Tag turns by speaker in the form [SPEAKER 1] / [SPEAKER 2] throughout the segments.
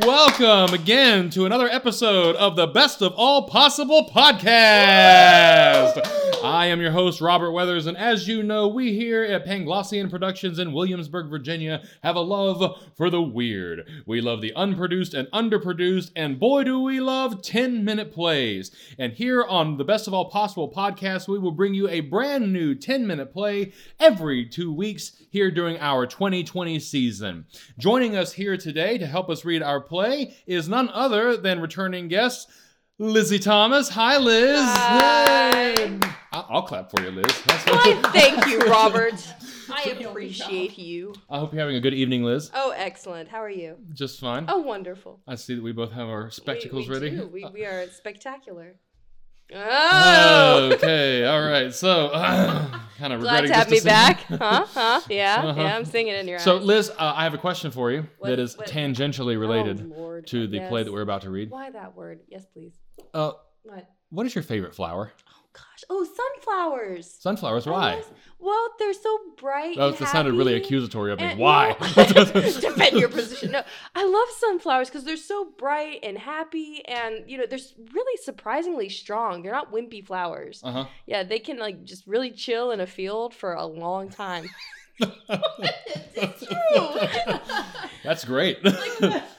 [SPEAKER 1] Welcome again to another episode of the Best of All Possible podcast. I am your host, Robert Weathers, and as you know, we here at Panglossian Productions in Williamsburg, Virginia, have a love for the weird. We love the unproduced and underproduced, and boy, do we love 10 minute plays. And here on the Best of All Possible podcast, we will bring you a brand new 10 minute play every two weeks here during our 2020 season. Joining us here today to help us read our play is none other than returning guest Lizzie Thomas. Hi, Liz.
[SPEAKER 2] Hi.
[SPEAKER 1] Yay. I- I'll clap for you, Liz. That's-
[SPEAKER 2] Why, thank you, Robert. I
[SPEAKER 3] don't
[SPEAKER 2] appreciate you.
[SPEAKER 1] I hope you're having a good evening, Liz.
[SPEAKER 2] Oh, excellent. How are you?
[SPEAKER 1] Just fine.
[SPEAKER 2] Oh, wonderful.
[SPEAKER 1] I see that we both have our
[SPEAKER 2] We-
[SPEAKER 1] spectacles
[SPEAKER 2] we
[SPEAKER 1] ready.
[SPEAKER 2] do. We, we are spectacular.
[SPEAKER 1] Oh,
[SPEAKER 2] Oh!
[SPEAKER 1] okay, all right. So, kind of
[SPEAKER 2] Glad
[SPEAKER 1] regretting
[SPEAKER 2] to have me
[SPEAKER 1] this
[SPEAKER 2] back.
[SPEAKER 1] decision.
[SPEAKER 2] Huh? Huh? Yeah.
[SPEAKER 1] Uh-huh.
[SPEAKER 2] Yeah, I'm singing in your
[SPEAKER 1] So,
[SPEAKER 2] eyes.
[SPEAKER 1] Liz, uh, I have a question for you
[SPEAKER 2] What-
[SPEAKER 1] that is
[SPEAKER 2] what-
[SPEAKER 1] tangentially related
[SPEAKER 2] Oh, Lord.
[SPEAKER 1] to the play
[SPEAKER 2] Yes.
[SPEAKER 1] that we're about to read.
[SPEAKER 2] Why that word? Yes, please.
[SPEAKER 1] Uh,
[SPEAKER 2] What?
[SPEAKER 1] what is your favorite flower?
[SPEAKER 2] Oh, gosh. Oh, sunflowers.
[SPEAKER 1] Sunflowers.
[SPEAKER 2] I
[SPEAKER 1] Why?
[SPEAKER 2] love- Well, they're so bright.
[SPEAKER 1] Oh,
[SPEAKER 2] and
[SPEAKER 1] that sounded really
[SPEAKER 2] happy.
[SPEAKER 1] accusatory of me.
[SPEAKER 2] And-
[SPEAKER 1] Why?
[SPEAKER 2] no. Defend your position. No, I love sunflowers because they're so bright and happy, and you know they're s- really surprisingly strong. They're not wimpy flowers.
[SPEAKER 1] Uh
[SPEAKER 2] Yeah, they can like just really chill in a field for a long time.
[SPEAKER 1] huh. That's great.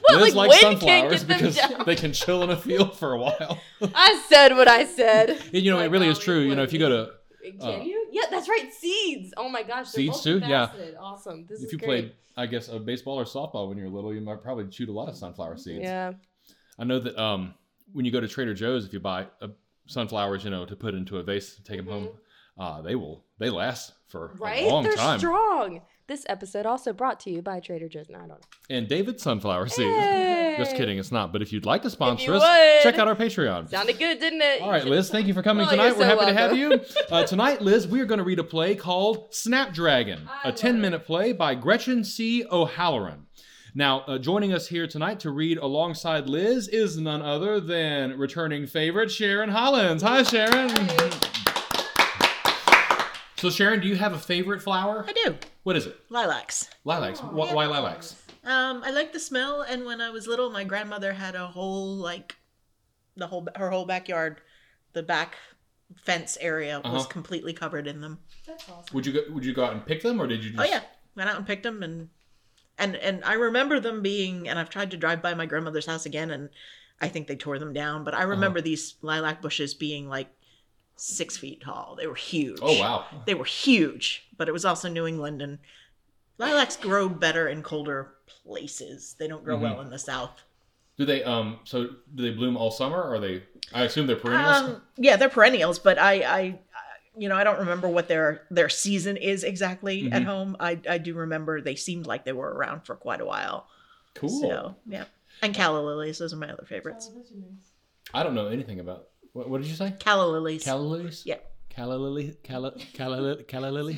[SPEAKER 2] What,
[SPEAKER 1] Liz
[SPEAKER 2] like,
[SPEAKER 1] likes
[SPEAKER 2] wind can't
[SPEAKER 1] sunflowers
[SPEAKER 2] get them
[SPEAKER 1] because
[SPEAKER 2] down?
[SPEAKER 1] they can chill in a field for a while.
[SPEAKER 2] I said what I said.
[SPEAKER 1] And, you know, it
[SPEAKER 3] Like
[SPEAKER 1] really is
[SPEAKER 2] oh,
[SPEAKER 3] always
[SPEAKER 1] true. You know, if you go to
[SPEAKER 2] Can
[SPEAKER 1] Uh,
[SPEAKER 2] you? Yeah, that's right. Seeds. Oh my gosh, they're
[SPEAKER 1] Seeds too? Yeah.
[SPEAKER 2] multifaceted. Awesome. This
[SPEAKER 1] if
[SPEAKER 2] is
[SPEAKER 1] you
[SPEAKER 2] great.
[SPEAKER 1] played, I guess, a baseball or softball when you were little, you might probably shoot a lot of sunflower seeds.
[SPEAKER 2] Yeah.
[SPEAKER 1] I know that um, when you go to Trader Joe's, if you buy uh sunflowers, you know, to put into a vase, take them home, uh, they will they last for
[SPEAKER 2] Mm-hmm. Right?
[SPEAKER 1] a long
[SPEAKER 2] They're
[SPEAKER 1] time.
[SPEAKER 2] strong. This episode also brought to you by Trader Joe's. No, I don't know.
[SPEAKER 1] And David sunflower seeds. Just
[SPEAKER 2] Hey.
[SPEAKER 1] kidding, it's not. But if you'd like to sponsor
[SPEAKER 2] you
[SPEAKER 1] us,
[SPEAKER 2] would.
[SPEAKER 1] check out our Patreon.
[SPEAKER 2] Sounded good, didn't it?
[SPEAKER 1] All right, Liz, thank you for coming
[SPEAKER 2] Oh,
[SPEAKER 1] tonight.
[SPEAKER 2] you're
[SPEAKER 1] We're happy
[SPEAKER 2] so
[SPEAKER 1] to have you. Uh, tonight, Liz, we are going to read a play called Snapdragon,
[SPEAKER 2] I
[SPEAKER 1] a
[SPEAKER 2] love
[SPEAKER 1] 10
[SPEAKER 2] it.
[SPEAKER 1] minute play by Gretchen C. O'Halloran. Now, uh, joining us here tonight to read alongside Liz is none other than returning favorite Sharon Hollins. Hi, Sharon. So, Sharon, do you have a favorite flower?
[SPEAKER 3] I do.
[SPEAKER 1] What is it?
[SPEAKER 3] Lilacs.
[SPEAKER 1] Lilacs.
[SPEAKER 2] Oh,
[SPEAKER 1] Wh- Why lilacs?
[SPEAKER 3] Um, I like the smell, and when I was little, my grandmother had a whole like, the whole her whole backyard, the back fence area was
[SPEAKER 1] Uh-huh.
[SPEAKER 3] completely covered in them.
[SPEAKER 2] That's awesome.
[SPEAKER 1] Would you go, would you go out and pick them, or did you just?
[SPEAKER 3] Oh yeah, went out and picked them, and and and I remember them being. And I've tried to drive by my grandmother's house again, and I think they tore them down. But I
[SPEAKER 1] Uh-huh.
[SPEAKER 3] remember these lilac bushes being like six feet tall. They were huge.
[SPEAKER 1] Oh wow.
[SPEAKER 3] They were huge, but it was also New England, and lilacs grow better in colder places. They don't
[SPEAKER 1] Mm-hmm.
[SPEAKER 3] grow well in the South.
[SPEAKER 1] Do they um? So do they bloom all summer? Or are they? I assume they're perennials.
[SPEAKER 3] Um, yeah, they're perennials, but I, I, I- you know, I don't remember what their their season is exactly at
[SPEAKER 1] Mhm.
[SPEAKER 3] home. I, I do remember they seemed like they were around for quite a while.
[SPEAKER 1] cool.
[SPEAKER 3] So yeah, and calla lilies. Those are my other favorites.
[SPEAKER 1] I don't know anything about. What, what did you say?
[SPEAKER 3] Calla lilies.
[SPEAKER 1] Calla lilies?
[SPEAKER 3] Yeah.
[SPEAKER 1] Calla lily? Calla, calla, li- calla lily?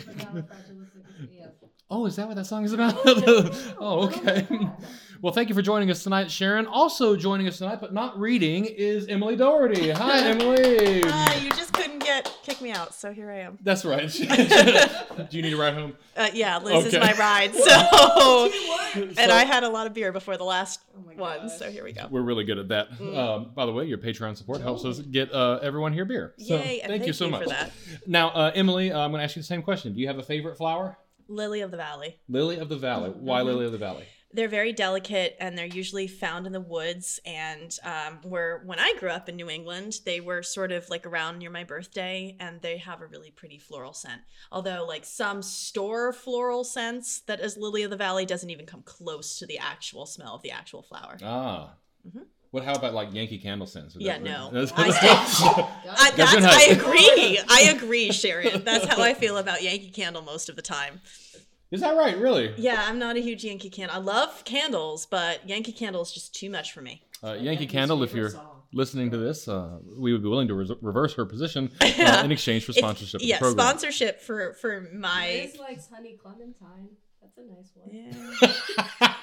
[SPEAKER 1] oh, is that what that song is about? oh, okay. Well, thank you for joining us tonight, Sharon. Also joining us tonight, but not reading, is Emily Doherty. Hi, Emily.
[SPEAKER 4] Ah, you just couldn't get kick me out, so here I am.
[SPEAKER 1] That's right. Do you need a ride home?
[SPEAKER 4] Uh, yeah, Liz
[SPEAKER 1] Okay.
[SPEAKER 4] is my ride, so and I had a lot of beer before the last one, so here we go.
[SPEAKER 1] We're really good at that.
[SPEAKER 4] Mm.
[SPEAKER 1] Um, by the way, your Patreon support helps us get uh, everyone here beer. So,
[SPEAKER 4] Yay! And
[SPEAKER 1] thank, you so much.
[SPEAKER 4] for that.
[SPEAKER 1] Now, uh, Emily, uh, I'm going to ask you the same question. Do you have a favorite flower?
[SPEAKER 4] Lily of the Valley.
[SPEAKER 1] Lily of the Valley.
[SPEAKER 4] Mm-hmm.
[SPEAKER 1] Why Lily of the Valley?
[SPEAKER 4] They're very delicate, and they're usually found in the woods. And um, were when I grew up in New England, they were sort of like around near my birthday, and they have a really pretty floral scent. Although, like some store floral scents that is Lily of the Valley doesn't even come close to the actual smell of the actual flower.
[SPEAKER 1] Ah.
[SPEAKER 4] Mhm.
[SPEAKER 1] What? How about like Yankee Candle scents? Would
[SPEAKER 4] Yeah,
[SPEAKER 1] that-
[SPEAKER 4] no.
[SPEAKER 1] that's-
[SPEAKER 4] I said- I,
[SPEAKER 1] That's
[SPEAKER 4] Uh, that's,
[SPEAKER 1] your
[SPEAKER 4] I
[SPEAKER 1] night.
[SPEAKER 4] agree. I agree, Sharon. That's how I feel about Yankee Candle most of the time.
[SPEAKER 1] Is that right? Really?
[SPEAKER 4] Yeah, I'm not a huge Yankee Candle. I love candles, but Yankee Candle is just too much for me.
[SPEAKER 1] Uh, Yankee Candle. If you're listening to this, uh, we would be willing to res- reverse her position uh, in exchange for
[SPEAKER 4] If-
[SPEAKER 1] sponsorship. of the
[SPEAKER 4] yeah,
[SPEAKER 1] program.
[SPEAKER 4] sponsorship for for my.
[SPEAKER 5] Liz likes honey clementine. That's a nice one.
[SPEAKER 4] Yeah.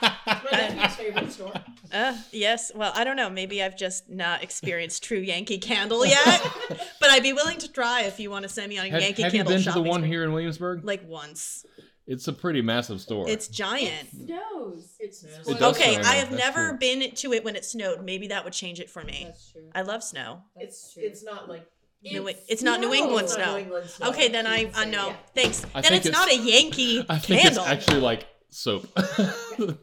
[SPEAKER 5] Reggie's favorite store.
[SPEAKER 4] Uh, yes. Well, I don't know. Maybe I've just not experienced true Yankee Candle yet, but I'd be willing to try if you want to send me on a
[SPEAKER 1] have
[SPEAKER 4] Yankee
[SPEAKER 1] have you
[SPEAKER 4] Candle
[SPEAKER 1] been to the
[SPEAKER 4] shopping
[SPEAKER 1] one
[SPEAKER 4] spree.
[SPEAKER 1] here in Williamsburg?
[SPEAKER 4] Like once.
[SPEAKER 1] It's a pretty massive store.
[SPEAKER 4] It's giant.
[SPEAKER 5] Snows.
[SPEAKER 2] It's
[SPEAKER 5] it snows.
[SPEAKER 1] It does
[SPEAKER 4] Okay,
[SPEAKER 1] snow,
[SPEAKER 4] I
[SPEAKER 1] yeah,
[SPEAKER 4] have
[SPEAKER 1] that's
[SPEAKER 4] never
[SPEAKER 1] true.
[SPEAKER 4] been to it when it snowed. Maybe that would change it for me.
[SPEAKER 5] That's true.
[SPEAKER 4] I love snow.
[SPEAKER 5] That's
[SPEAKER 3] It's
[SPEAKER 5] true.
[SPEAKER 3] it's not like
[SPEAKER 4] New- it's not New England
[SPEAKER 5] It's
[SPEAKER 4] snow.
[SPEAKER 5] New England snow.
[SPEAKER 4] Okay, then I I
[SPEAKER 5] Yeah.
[SPEAKER 4] know. Thanks.
[SPEAKER 1] I
[SPEAKER 4] then
[SPEAKER 1] think
[SPEAKER 4] it's,
[SPEAKER 1] it's-
[SPEAKER 4] not a Yankee
[SPEAKER 1] I think
[SPEAKER 4] candle.
[SPEAKER 1] it's actually like soap.
[SPEAKER 4] Ew.
[SPEAKER 5] It,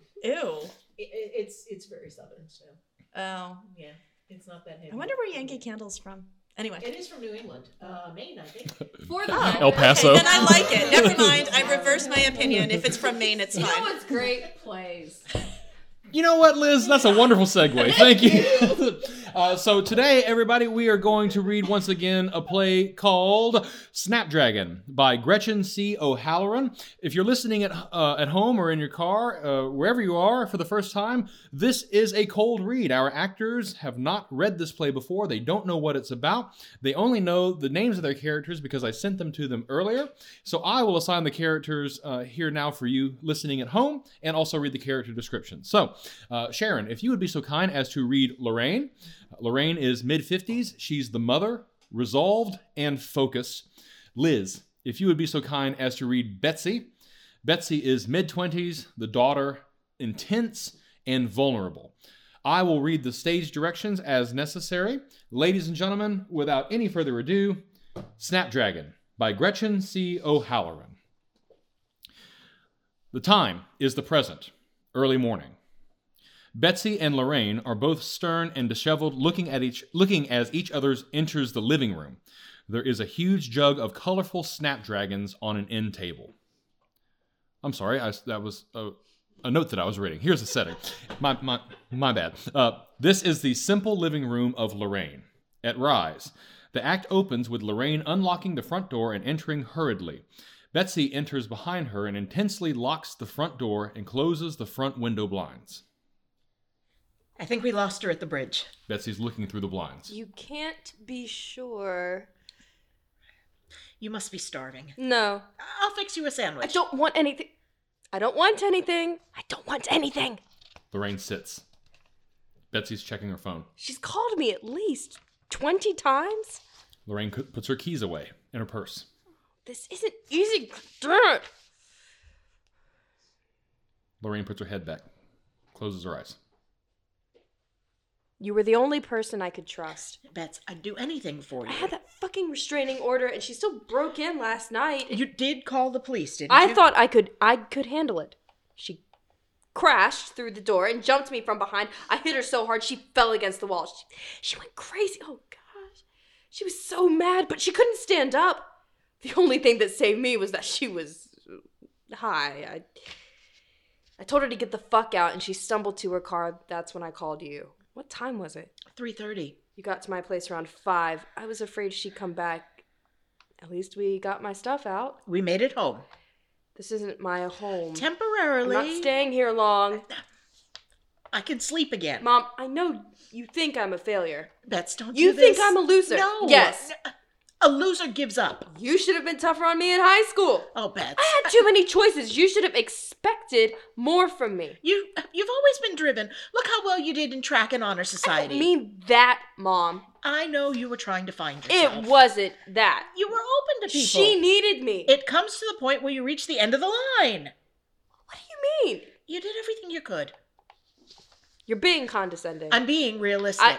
[SPEAKER 5] it, it's it's very southern snow.
[SPEAKER 4] Oh,
[SPEAKER 5] Yeah, it's not that heavy.
[SPEAKER 4] I wonder where Yankee candle's from. Anyway,
[SPEAKER 5] It is from New England, uh, Maine, I think. For
[SPEAKER 4] Oh.
[SPEAKER 5] record-
[SPEAKER 1] El Paso.
[SPEAKER 4] Okay, then I like it. Never mind. I reverse my opinion. If it's from Maine, it's
[SPEAKER 5] You know
[SPEAKER 4] fine.
[SPEAKER 5] what's great? Plays.
[SPEAKER 1] You know what, Liz? That's a wonderful segue. Thank you. uh, so today, everybody, we are going to read once again a play called Snapdragon by Gretchen C. O'Halloran. If you're listening at uh, at home or in your car, uh, wherever you are, for the first time, this is a cold read. Our actors have not read this play before. They don't know what it's about. They only know the names of their characters because I sent them to them earlier. So I will assign the characters uh, here now for you listening at home and also read the character description. So, uh, Sharon, if you would be so kind as to read Lorraine. Uh, Lorraine is mid 50s. She's the mother, resolved, and focused. Liz, if you would be so kind as to read Betsy. Betsy is mid 20s, the daughter, intense, and vulnerable. I will read the stage directions as necessary. Ladies and gentlemen, without any further ado, Snapdragon by Gretchen C. O'Halloran. The time is the present, early morning. Betsy and Lorraine are both stern and disheveled, looking at each looking as each other enters the living room. There is a huge jug of colorful snapdragons on an end table. I'm sorry, I, that was a, a note that I was reading. Here's the setting. My, my, my bad. Uh, this is the simple living room of Lorraine. At Rise, the act opens with Lorraine unlocking the front door and entering hurriedly. Betsy enters behind her and intensely locks the front door and closes the front window blinds.
[SPEAKER 3] I think we lost her at the bridge.
[SPEAKER 1] Betsy's looking through the blinds.
[SPEAKER 2] You can't be sure.
[SPEAKER 3] You must be starving.
[SPEAKER 2] No,
[SPEAKER 3] I'll fix you a
[SPEAKER 2] I
[SPEAKER 3] sandwich.
[SPEAKER 2] don't want anything. I don't want anything. I don't want anything.
[SPEAKER 1] Lorraine sits. Betsy's checking her phone.
[SPEAKER 2] She's called me at least 20 times.
[SPEAKER 1] Lorraine c- puts her keys away in her purse.
[SPEAKER 2] This isn't easy. Darn it.
[SPEAKER 1] Lorraine puts her head back, closes her eyes.
[SPEAKER 2] You were the only person I could trust.
[SPEAKER 3] Bets, I'd do anything for
[SPEAKER 2] I
[SPEAKER 3] you.
[SPEAKER 2] had that fucking restraining order and she still broke in last night.
[SPEAKER 3] You did call the police, didn't you?
[SPEAKER 2] I thought I could I could handle it. She crashed through the door and jumped me from behind. I hit her so hard she fell against the wall. She, she went crazy. Oh gosh. She was so mad, but she couldn't stand up. The only thing that saved me was that she was uh, high. I I told her to get the fuck out and she stumbled to her car. That's when I called you. What time was it?
[SPEAKER 3] three thirty.
[SPEAKER 2] You got to my place around 5. I was afraid she'd come back. At least we got my stuff out.
[SPEAKER 3] We made it home
[SPEAKER 2] This isn't my home. I'm
[SPEAKER 3] temporarily.
[SPEAKER 2] not staying here long.
[SPEAKER 3] I can sleep again.
[SPEAKER 2] Mom, I know you think I'm a failure.
[SPEAKER 3] Bets, don't
[SPEAKER 2] You
[SPEAKER 3] do
[SPEAKER 2] think
[SPEAKER 3] this.
[SPEAKER 2] I'm a loser.
[SPEAKER 3] No.
[SPEAKER 2] Yes.
[SPEAKER 3] N- A loser gives up.
[SPEAKER 2] You should have been tougher on me in high school.
[SPEAKER 3] Oh, Bets.
[SPEAKER 2] I had too many choices. You should have expected more from me.
[SPEAKER 3] You you've always been driven. Look how well you did in track and honor
[SPEAKER 2] I
[SPEAKER 3] society.
[SPEAKER 2] don't mean that, Mom.
[SPEAKER 3] I know you were trying to find yourself.
[SPEAKER 2] It wasn't that.
[SPEAKER 3] You were open to people.
[SPEAKER 2] She needed me.
[SPEAKER 3] it comes to the point where you reach the end of the line.
[SPEAKER 2] what do you mean?
[SPEAKER 3] You did everything you could.
[SPEAKER 2] You're being condescending.
[SPEAKER 3] I'm being realistic.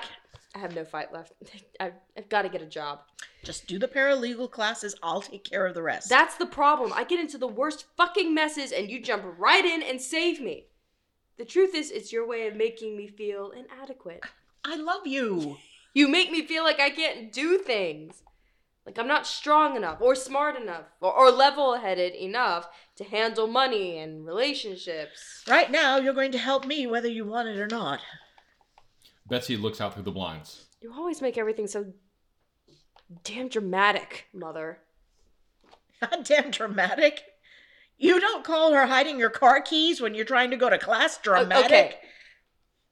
[SPEAKER 2] I have no fight left. I've, I've got to get a job.
[SPEAKER 3] Just do the paralegal classes. I'll take care of the rest.
[SPEAKER 2] That's the problem. I get into the worst fucking messes and you jump right in and save me. The truth is, it's your way of making me feel inadequate.
[SPEAKER 3] I love you.
[SPEAKER 2] You make me feel like I can't do things. Like I'm not strong enough or smart enough or, or level headed enough to handle money and relationships.
[SPEAKER 3] Right now, you're going to help me whether you want it or not.
[SPEAKER 1] Betsy looks out through the blinds.
[SPEAKER 2] You always make everything so damn dramatic, Mother.
[SPEAKER 3] Goddamn dramatic. You don't call her hiding your car keys when you're trying to go to class dramatic.
[SPEAKER 2] okay.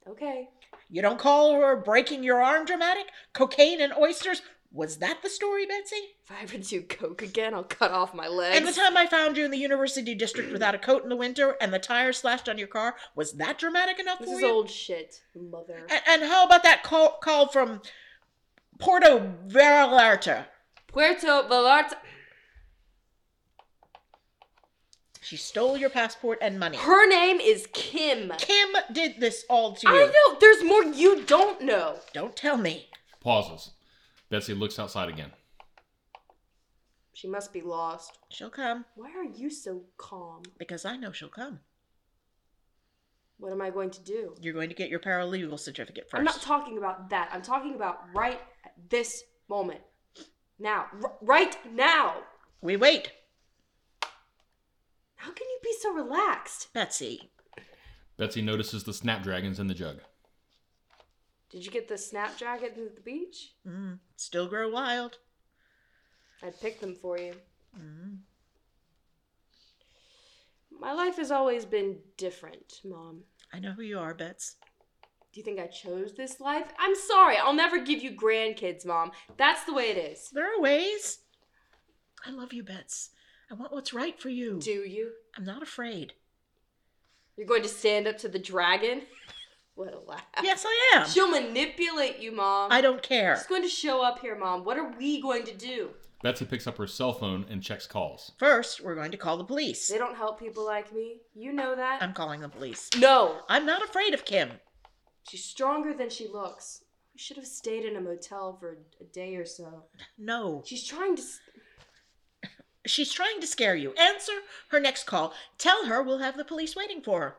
[SPEAKER 2] Okay.
[SPEAKER 3] You don't call her breaking your arm dramatic. Cocaine and oysters. Was that the story, Betsy?
[SPEAKER 2] If I ever do coke again, I'll cut off my legs.
[SPEAKER 3] And the time I found you in the university district without a coat in the winter and the tire slashed on your car, was that dramatic enough
[SPEAKER 2] this
[SPEAKER 3] for
[SPEAKER 2] is
[SPEAKER 3] you?
[SPEAKER 2] old shit, Mother.
[SPEAKER 3] A- And, how about that call, call from Porto Vallarta?
[SPEAKER 2] Puerto Vallarta.
[SPEAKER 3] She stole your passport and money.
[SPEAKER 2] Her name is Kim.
[SPEAKER 3] Kim did this all to you.
[SPEAKER 2] I know. There's more you don't know.
[SPEAKER 3] Don't tell me.
[SPEAKER 1] Pauses. Betsy looks outside again.
[SPEAKER 2] She must be lost.
[SPEAKER 3] She'll come
[SPEAKER 2] Why are you so calm?
[SPEAKER 3] because I know she'll come.
[SPEAKER 2] What am I going to do?
[SPEAKER 3] You're going to get your paralegal certificate 1st
[SPEAKER 2] i I'm not talking about that. I'm talking about right at this moment. Now. R- right now.
[SPEAKER 3] we wait,
[SPEAKER 2] How can you be so relaxed?
[SPEAKER 3] Betsy.
[SPEAKER 1] Betsy notices the snapdragons in the jug.
[SPEAKER 2] Did you get the snapdragons at the beach?
[SPEAKER 3] Mm, still grow wild.
[SPEAKER 2] I picked them for you.
[SPEAKER 3] Mm.
[SPEAKER 2] My life has always been different, Mom.
[SPEAKER 3] I know who you are, Bets.
[SPEAKER 2] Do you think I chose this life? I'm sorry. I'll never give you grandkids, Mom. That's the way it is.
[SPEAKER 3] There are ways. I love you, Bets. I want what's right for you.
[SPEAKER 2] Do you?
[SPEAKER 3] I'm not afraid.
[SPEAKER 2] You're going to stand up to the dragon? what a laugh.
[SPEAKER 3] Yes, I am.
[SPEAKER 2] She'll manipulate you, Mom.
[SPEAKER 3] I don't care.
[SPEAKER 2] She's going to show up here, Mom. What are we going to do?
[SPEAKER 1] Betsy picks up her cell phone and checks calls.
[SPEAKER 3] First, we're going to call the police.
[SPEAKER 2] They don't help people like me. You know that.
[SPEAKER 3] I'm calling the police.
[SPEAKER 2] no.
[SPEAKER 3] I'm not afraid of Kim.
[SPEAKER 2] She's stronger than she looks. We should have stayed in a motel for a day or so.
[SPEAKER 3] No.
[SPEAKER 2] She's trying to. s-
[SPEAKER 3] She's trying to scare you. Answer her next call. Tell her we'll have the police waiting for her.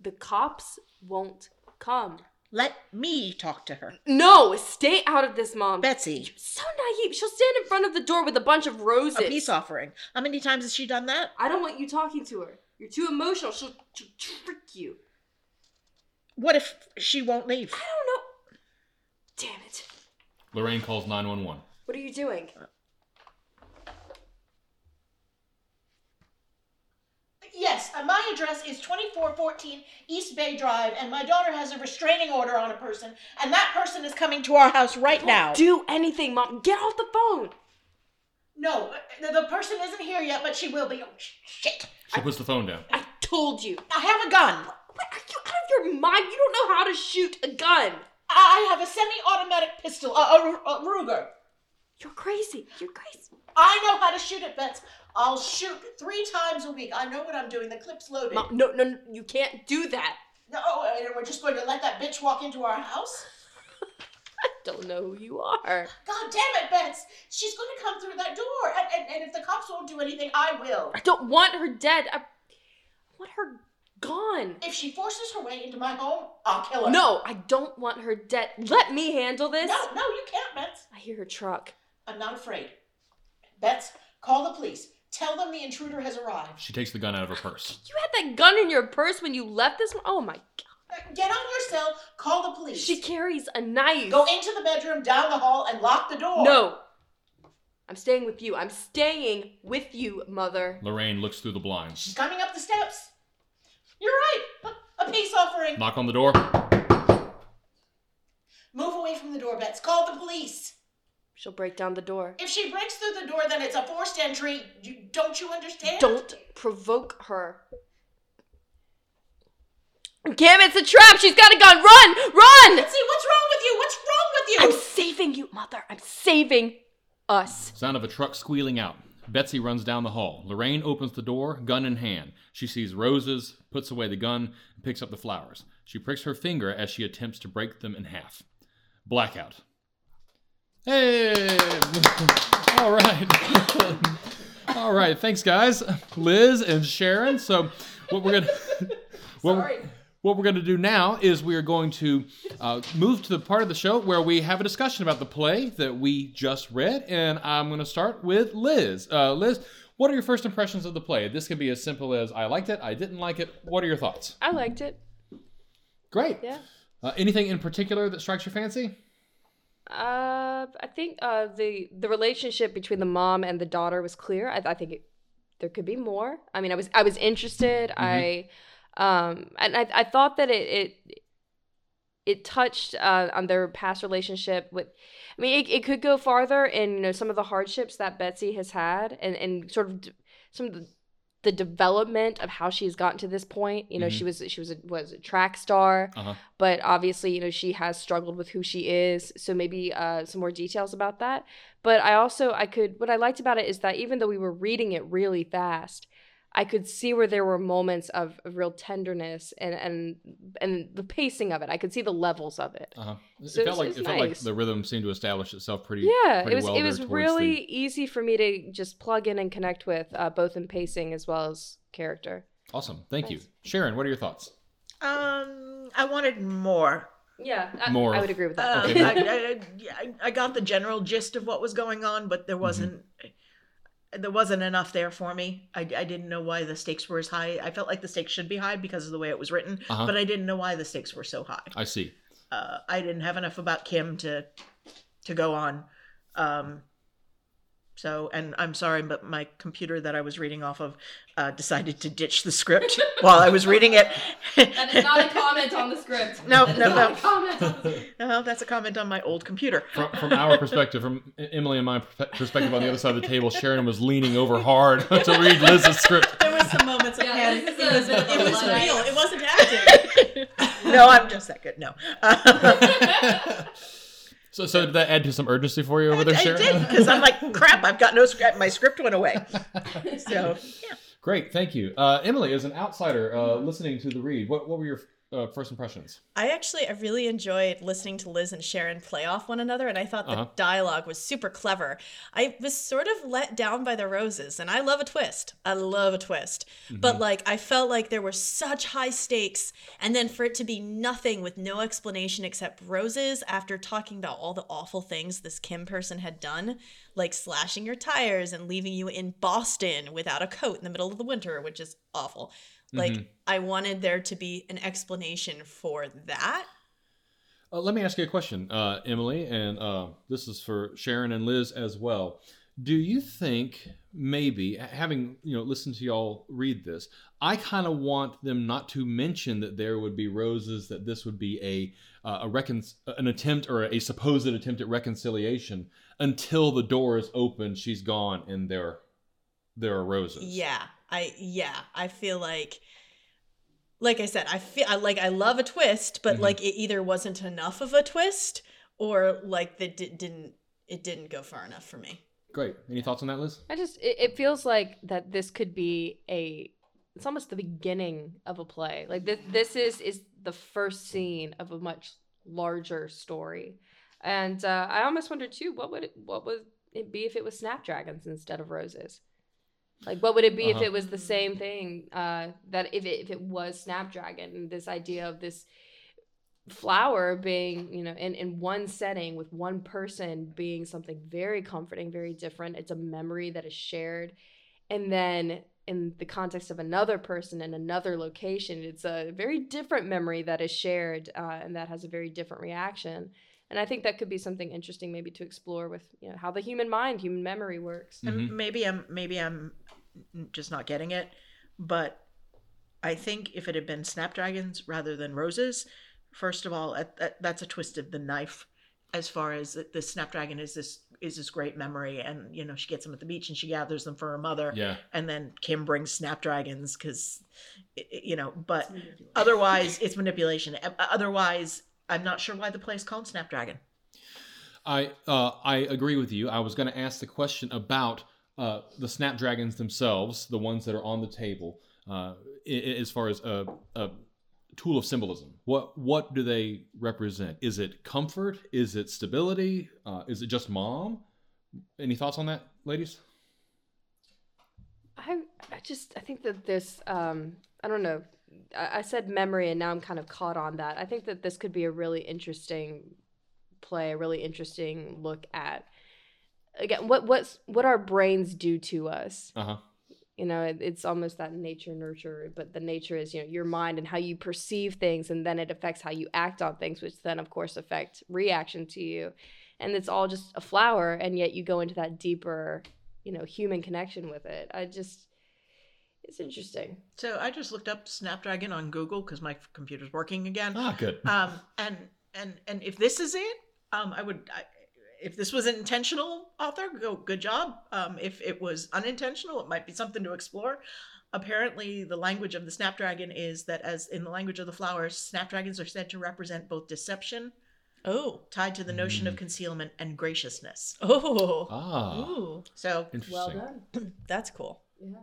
[SPEAKER 2] The cops won't come.
[SPEAKER 3] Let me talk to her.
[SPEAKER 2] No, stay out of this, Mom.
[SPEAKER 3] Betsy,
[SPEAKER 2] so naive. She'll stand in front of the door with a bunch of roses.
[SPEAKER 3] a peace offering. How many times has she done that?
[SPEAKER 2] I don't want you talking to her. You're too emotional. She'll, she'll trick you.
[SPEAKER 3] What if she won't leave?
[SPEAKER 2] I don't know. Damn it.
[SPEAKER 1] Lorraine calls 911.
[SPEAKER 2] What are you doing?
[SPEAKER 3] Uh, Yes, uh, my address is 2414 East Bay Drive, and my daughter has a restraining order on a person, and that person is coming to our house right now.
[SPEAKER 2] Do anything, Mom. Get off the phone.
[SPEAKER 3] no, uh, the, the person isn't here yet, but she will be. Oh, sh- shit.
[SPEAKER 1] She puts the phone down.
[SPEAKER 2] I told you.
[SPEAKER 3] I have a gun.
[SPEAKER 2] What are you out of your mind? You don't know how to shoot a gun.
[SPEAKER 3] I I have a semi automatic pistol, a, a, a Ruger.
[SPEAKER 2] You're crazy. You're crazy.
[SPEAKER 3] I know how to shoot at vets. I'll shoot three times a week. I know what I'm doing. The clip's loaded.
[SPEAKER 2] Mom, no, no, no, you can't do that.
[SPEAKER 3] No, oh, and we're just going to let that bitch walk into our house?
[SPEAKER 2] I don't know who you are.
[SPEAKER 3] God damn it, Bets! She's going to come through that door, and, and, and if the cops won't do anything, I will.
[SPEAKER 2] I don't want her dead. I want her gone.
[SPEAKER 3] If she forces her way into my home, I'll kill her.
[SPEAKER 2] No, I don't want her dead. Let me handle this.
[SPEAKER 3] no, no, you can't, Bets.
[SPEAKER 2] I hear her truck.
[SPEAKER 3] I'm not afraid. Bets, call the police. Tell them the intruder has arrived.
[SPEAKER 1] She takes the gun out of her purse.
[SPEAKER 2] You had that gun in your purse when you left this one? Oh my god.
[SPEAKER 3] Get on your cell. Call the police.
[SPEAKER 2] She carries a knife.
[SPEAKER 3] Go into the bedroom, down the hall, and lock the door.
[SPEAKER 2] No. I'm staying with you. I'm staying with you, mother.
[SPEAKER 1] Lorraine looks through the blinds.
[SPEAKER 3] She's coming up the steps. You're right. A peace offering.
[SPEAKER 1] Knock on the door.
[SPEAKER 3] Move away from the door, Bets. Call the police.
[SPEAKER 2] She'll break down the door.
[SPEAKER 3] If she breaks through the door, then it's a forced entry. You, don't you understand?
[SPEAKER 2] Don't provoke her. Damn, it's a trap. She's got a gun. Run! Run!
[SPEAKER 3] Betsy, what's wrong with you? What's wrong
[SPEAKER 2] I'm
[SPEAKER 3] with you?
[SPEAKER 2] saving you, mother. I'm saving us.
[SPEAKER 1] Sound of a truck squealing out. Betsy runs down the hall. Lorraine opens the door, gun in hand. She sees roses, puts away the gun, and picks up the flowers. She pricks her finger as she attempts to break them in half. Blackout. Hey! All right. All right. Thanks, guys. Liz and Sharon. So, what we're going to.
[SPEAKER 5] Sorry.
[SPEAKER 1] What we're going to do now is we are going to uh, move to the part of the show where we have a discussion about the play that we just read, and I'm going to start with Liz. Uh, Liz, what are your first impressions of the play? This can be as simple as I liked it, I didn't like it. What are your thoughts?
[SPEAKER 2] I liked it.
[SPEAKER 1] Great.
[SPEAKER 2] Yeah.
[SPEAKER 1] Uh, anything in particular that strikes your fancy?
[SPEAKER 2] Uh, I think uh the the relationship between the mom and the daughter was clear. I, I think it, there could be more. I mean, I was I was interested. I um and I I thought that it it it touched uh, on their past relationship with. I mean, it, it could go farther, and you know some of the hardships that Betsy has had, and and sort of d- some of the the development of how she's gotten to this point. You know,
[SPEAKER 1] Mhm.
[SPEAKER 2] she was she was a, was a track star
[SPEAKER 1] Uh huh.
[SPEAKER 2] but obviously you know she has struggled with who she is so maybe uh, some more details about that but i also i could what i liked about it is that even though we were reading it really fast I could see where there were moments of of real tenderness and and and the pacing of it. I could see the levels of it.
[SPEAKER 1] Uh-huh. It,
[SPEAKER 2] So
[SPEAKER 1] felt
[SPEAKER 2] it's-
[SPEAKER 1] like
[SPEAKER 2] it's
[SPEAKER 1] it felt like
[SPEAKER 2] nice.
[SPEAKER 1] the rhythm seemed to establish itself pretty.
[SPEAKER 2] yeah,
[SPEAKER 1] pretty
[SPEAKER 2] it was
[SPEAKER 1] well
[SPEAKER 2] it
[SPEAKER 1] there
[SPEAKER 2] was
[SPEAKER 1] towards
[SPEAKER 2] really easy for me to just plug in and connect with uh, both in pacing as well as character.
[SPEAKER 1] Awesome. Thank you,
[SPEAKER 2] Nice.
[SPEAKER 1] Sharon. What are your thoughts?
[SPEAKER 3] Um, I wanted more.
[SPEAKER 2] Yeah, I,
[SPEAKER 1] More.
[SPEAKER 2] I would agree with
[SPEAKER 3] Um,
[SPEAKER 4] Oh.
[SPEAKER 2] that.
[SPEAKER 1] Okay.
[SPEAKER 3] I, I, I- I got the general gist of what was going on, but
[SPEAKER 1] Mm-hmm.
[SPEAKER 3] there wasn't there wasn't enough there for me. I, I didn't know why the stakes were as high. I felt like the stakes should be high because of the way it was written,
[SPEAKER 1] Uh-huh.
[SPEAKER 3] but I didn't know why the stakes were so high.
[SPEAKER 1] I see.
[SPEAKER 3] Uh, I didn't have enough about Kim to to go on. Um, so, and I'm sorry, but my computer that I was reading off of uh, decided to ditch the script while I was reading it.
[SPEAKER 5] That is not a comment on the script.
[SPEAKER 3] No,
[SPEAKER 5] That is
[SPEAKER 3] no,
[SPEAKER 5] not
[SPEAKER 3] no.
[SPEAKER 5] A comment on the script.
[SPEAKER 3] No, that's a comment on my old computer.
[SPEAKER 1] From, from our perspective, from E- Emily and my per- perspective on the other side of the table, Sharon was leaning over hard to read Liz's script.
[SPEAKER 4] There were some moments of
[SPEAKER 5] Yeah,
[SPEAKER 4] panic.
[SPEAKER 5] this
[SPEAKER 4] It
[SPEAKER 5] is a
[SPEAKER 4] was,
[SPEAKER 5] bit of
[SPEAKER 4] it
[SPEAKER 5] a
[SPEAKER 4] was
[SPEAKER 5] lie.
[SPEAKER 4] real. It wasn't acting.
[SPEAKER 3] No, I'm just that good. No,
[SPEAKER 1] So, so did that add to some urgency for you over there,
[SPEAKER 3] I
[SPEAKER 1] Sharon?
[SPEAKER 3] did because I'm like, crap, I've got no script. My script went away. So,
[SPEAKER 1] Great, thank you, uh, Emily. As an outsider uh, listening to the read, what, what were your uh, first impressions?
[SPEAKER 4] I actually I really enjoyed listening to Liz and Sharon play off one another, and I thought the
[SPEAKER 1] Uh-huh.
[SPEAKER 4] dialogue was super clever. I was sort of let down by the roses, and I love a twist. I love a twist, but like I felt like there were such high stakes, and then for it to be nothing with no explanation except roses after talking about all the awful things this Kim person had done, like slashing your tires and leaving you in Boston without a coat in the middle of the winter, which is awful. Like
[SPEAKER 1] Mhm.
[SPEAKER 4] I wanted there to be an explanation for that.
[SPEAKER 1] Uh, let me ask you a question, uh, Emily, and uh, this is for Sharon and Liz as well. Do you think maybe ha- having you know listened to y'all read this, I kind of want them not to mention that there would be roses, that this would be a uh, a recon- an attempt or a supposed attempt at reconciliation until the door is open, she's gone, and there there are roses.
[SPEAKER 4] Yeah. I yeah, I feel like like I said, I feel I like I love a twist, but
[SPEAKER 1] Mhm.
[SPEAKER 4] like it either wasn't enough of a twist or like that di- didn't it didn't go far enough for me.
[SPEAKER 1] Great. Any thoughts on that, Liz?
[SPEAKER 2] I just it, it feels like that this could be a it's almost the beginning of a play. Like this this is is the first scene of a much larger story. And uh, I almost wonder too, what would it, what would it be if it was snapdragons instead of roses? Like what would it be
[SPEAKER 1] Uh-huh.
[SPEAKER 2] if it was the same thing? Uh, that if it, if it was snapdragon and this idea of this flower being you know in, in one setting with one person being something very comforting very different it's a memory that is shared and then in the context of another person in another location it's a very different memory that is shared uh, and that has a very different reaction and i think that could be something interesting maybe to explore with you know how the human mind human memory works
[SPEAKER 1] Mhm.
[SPEAKER 3] and maybe I'm maybe I'm just not getting it, but I think if it had been snapdragons rather than roses, first of all, at, at, that's a twist of the knife. As far as the- the snapdragon is this is this great memory, and you know she gets them at the beach and she gathers them for her mother,
[SPEAKER 1] Yeah.
[SPEAKER 3] and then Kim brings snapdragons because you know, but otherwise it's manipulation. O- Otherwise, I'm not sure why the place called snapdragon.
[SPEAKER 1] I uh, I agree with you. I was going to ask the question about uh, the snapdragons themselves, the ones that are on the table, uh, i- i- as far as a, a tool of symbolism. What what do they represent? Is it comfort? Is it stability? Uh, is it just mom? Any thoughts on that, ladies?
[SPEAKER 2] I I just I think that this um I don't know I, I said memory and now I'm kind of caught on that. I think that this could be a really interesting play, a really interesting look at again what what's what our brains do to us.
[SPEAKER 1] Uh huh.
[SPEAKER 2] You know, it, it's almost that nature nurture, but the nature is you know your mind and how you perceive things, and then it affects how you act on things, which then of course affect reaction to you. And it's all just a flower, and yet you go into that deeper, you know, human connection with it. I just, it's interesting.
[SPEAKER 3] So I just looked up snapdragon on Google because my computer's working again.
[SPEAKER 1] Ah, good.
[SPEAKER 3] um, and and and if this is it, um, I would. I, if this was an intentional author, go good job. Um, if it was unintentional, it might be something to explore. Apparently, the language of the snapdragon is that, as in the language of the flowers, snapdragons are said to represent both deception,
[SPEAKER 4] Oh.
[SPEAKER 3] tied to the notion of
[SPEAKER 1] Mm.
[SPEAKER 3] concealment, and graciousness.
[SPEAKER 4] Oh.
[SPEAKER 1] Ah,
[SPEAKER 4] Ooh.
[SPEAKER 3] So
[SPEAKER 1] interesting.
[SPEAKER 5] Well done.
[SPEAKER 4] That's cool.
[SPEAKER 5] Yeah.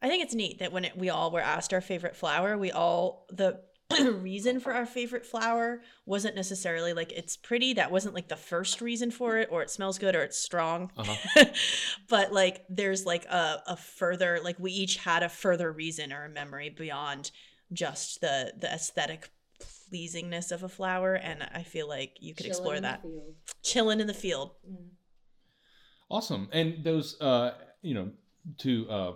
[SPEAKER 4] I I think it's neat that when it, we all were asked our favorite flower, we all the reason for our favorite flower wasn't necessarily like it's pretty. That wasn't like the first reason for it, or it smells good, or it's strong. but like, there's like a, a further like we each had a further reason or a memory beyond just the the aesthetic pleasingness of a flower, and I feel like you could explore that. Chilling in the field.
[SPEAKER 1] Awesome. And those, uh, you know, to uh,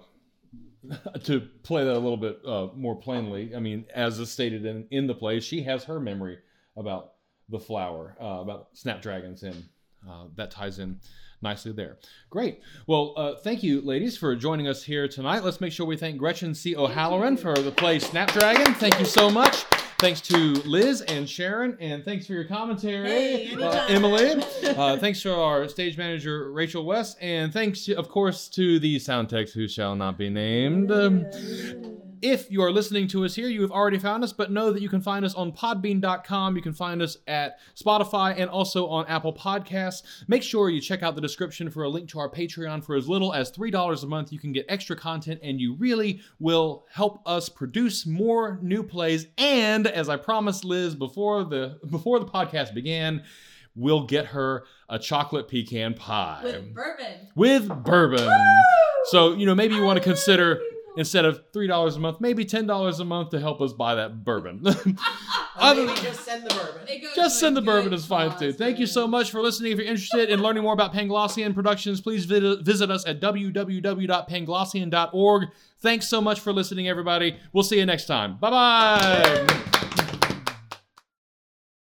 [SPEAKER 1] to play that a little bit uh, more plainly, I mean, as is stated in, in the play, she has her memory about the flower, uh, about snapdragons, and uh, that ties in nicely there. Great. Well, uh, thank you, ladies, for joining us here tonight. Let's make sure we thank Gretchen C. O'Halloran for the play Snapdragon. Thank you so much. Thanks to Liz and Sharon, and thanks for your commentary,
[SPEAKER 4] Hey,
[SPEAKER 1] uh,
[SPEAKER 4] anytime.
[SPEAKER 1] Emily. Uh, thanks to our stage manager, Rachel West, and thanks, of course, to the sound techs who shall not be named. Um, if you are listening to us here, you have already found us, but know that you can find us on podbean.com. You can find us at Spotify and also on Apple Podcasts. Make sure you check out the description for a link to our Patreon for as little as $3 a month. You can get extra content and you really will help us produce more new plays. And as I promised Liz before the before the podcast began, we'll get her a chocolate pecan pie
[SPEAKER 5] With bourbon.
[SPEAKER 1] with bourbon. So, you know, maybe you want to consider
[SPEAKER 5] Oh,
[SPEAKER 1] instead of $3 a month, maybe $10 a month to help us buy that bourbon. Other-
[SPEAKER 3] maybe just send the bourbon.
[SPEAKER 5] It goes
[SPEAKER 1] just
[SPEAKER 5] to
[SPEAKER 1] send
[SPEAKER 5] a
[SPEAKER 1] the bourbon
[SPEAKER 5] good
[SPEAKER 1] is fine too.
[SPEAKER 5] cause,
[SPEAKER 1] Thank you
[SPEAKER 5] man.
[SPEAKER 1] so much for listening. If you're interested in learning more about Panglossian Productions, please vid- visit us at www.panglossian.org. Thanks so much for listening, everybody. We'll see you next time. Bye bye.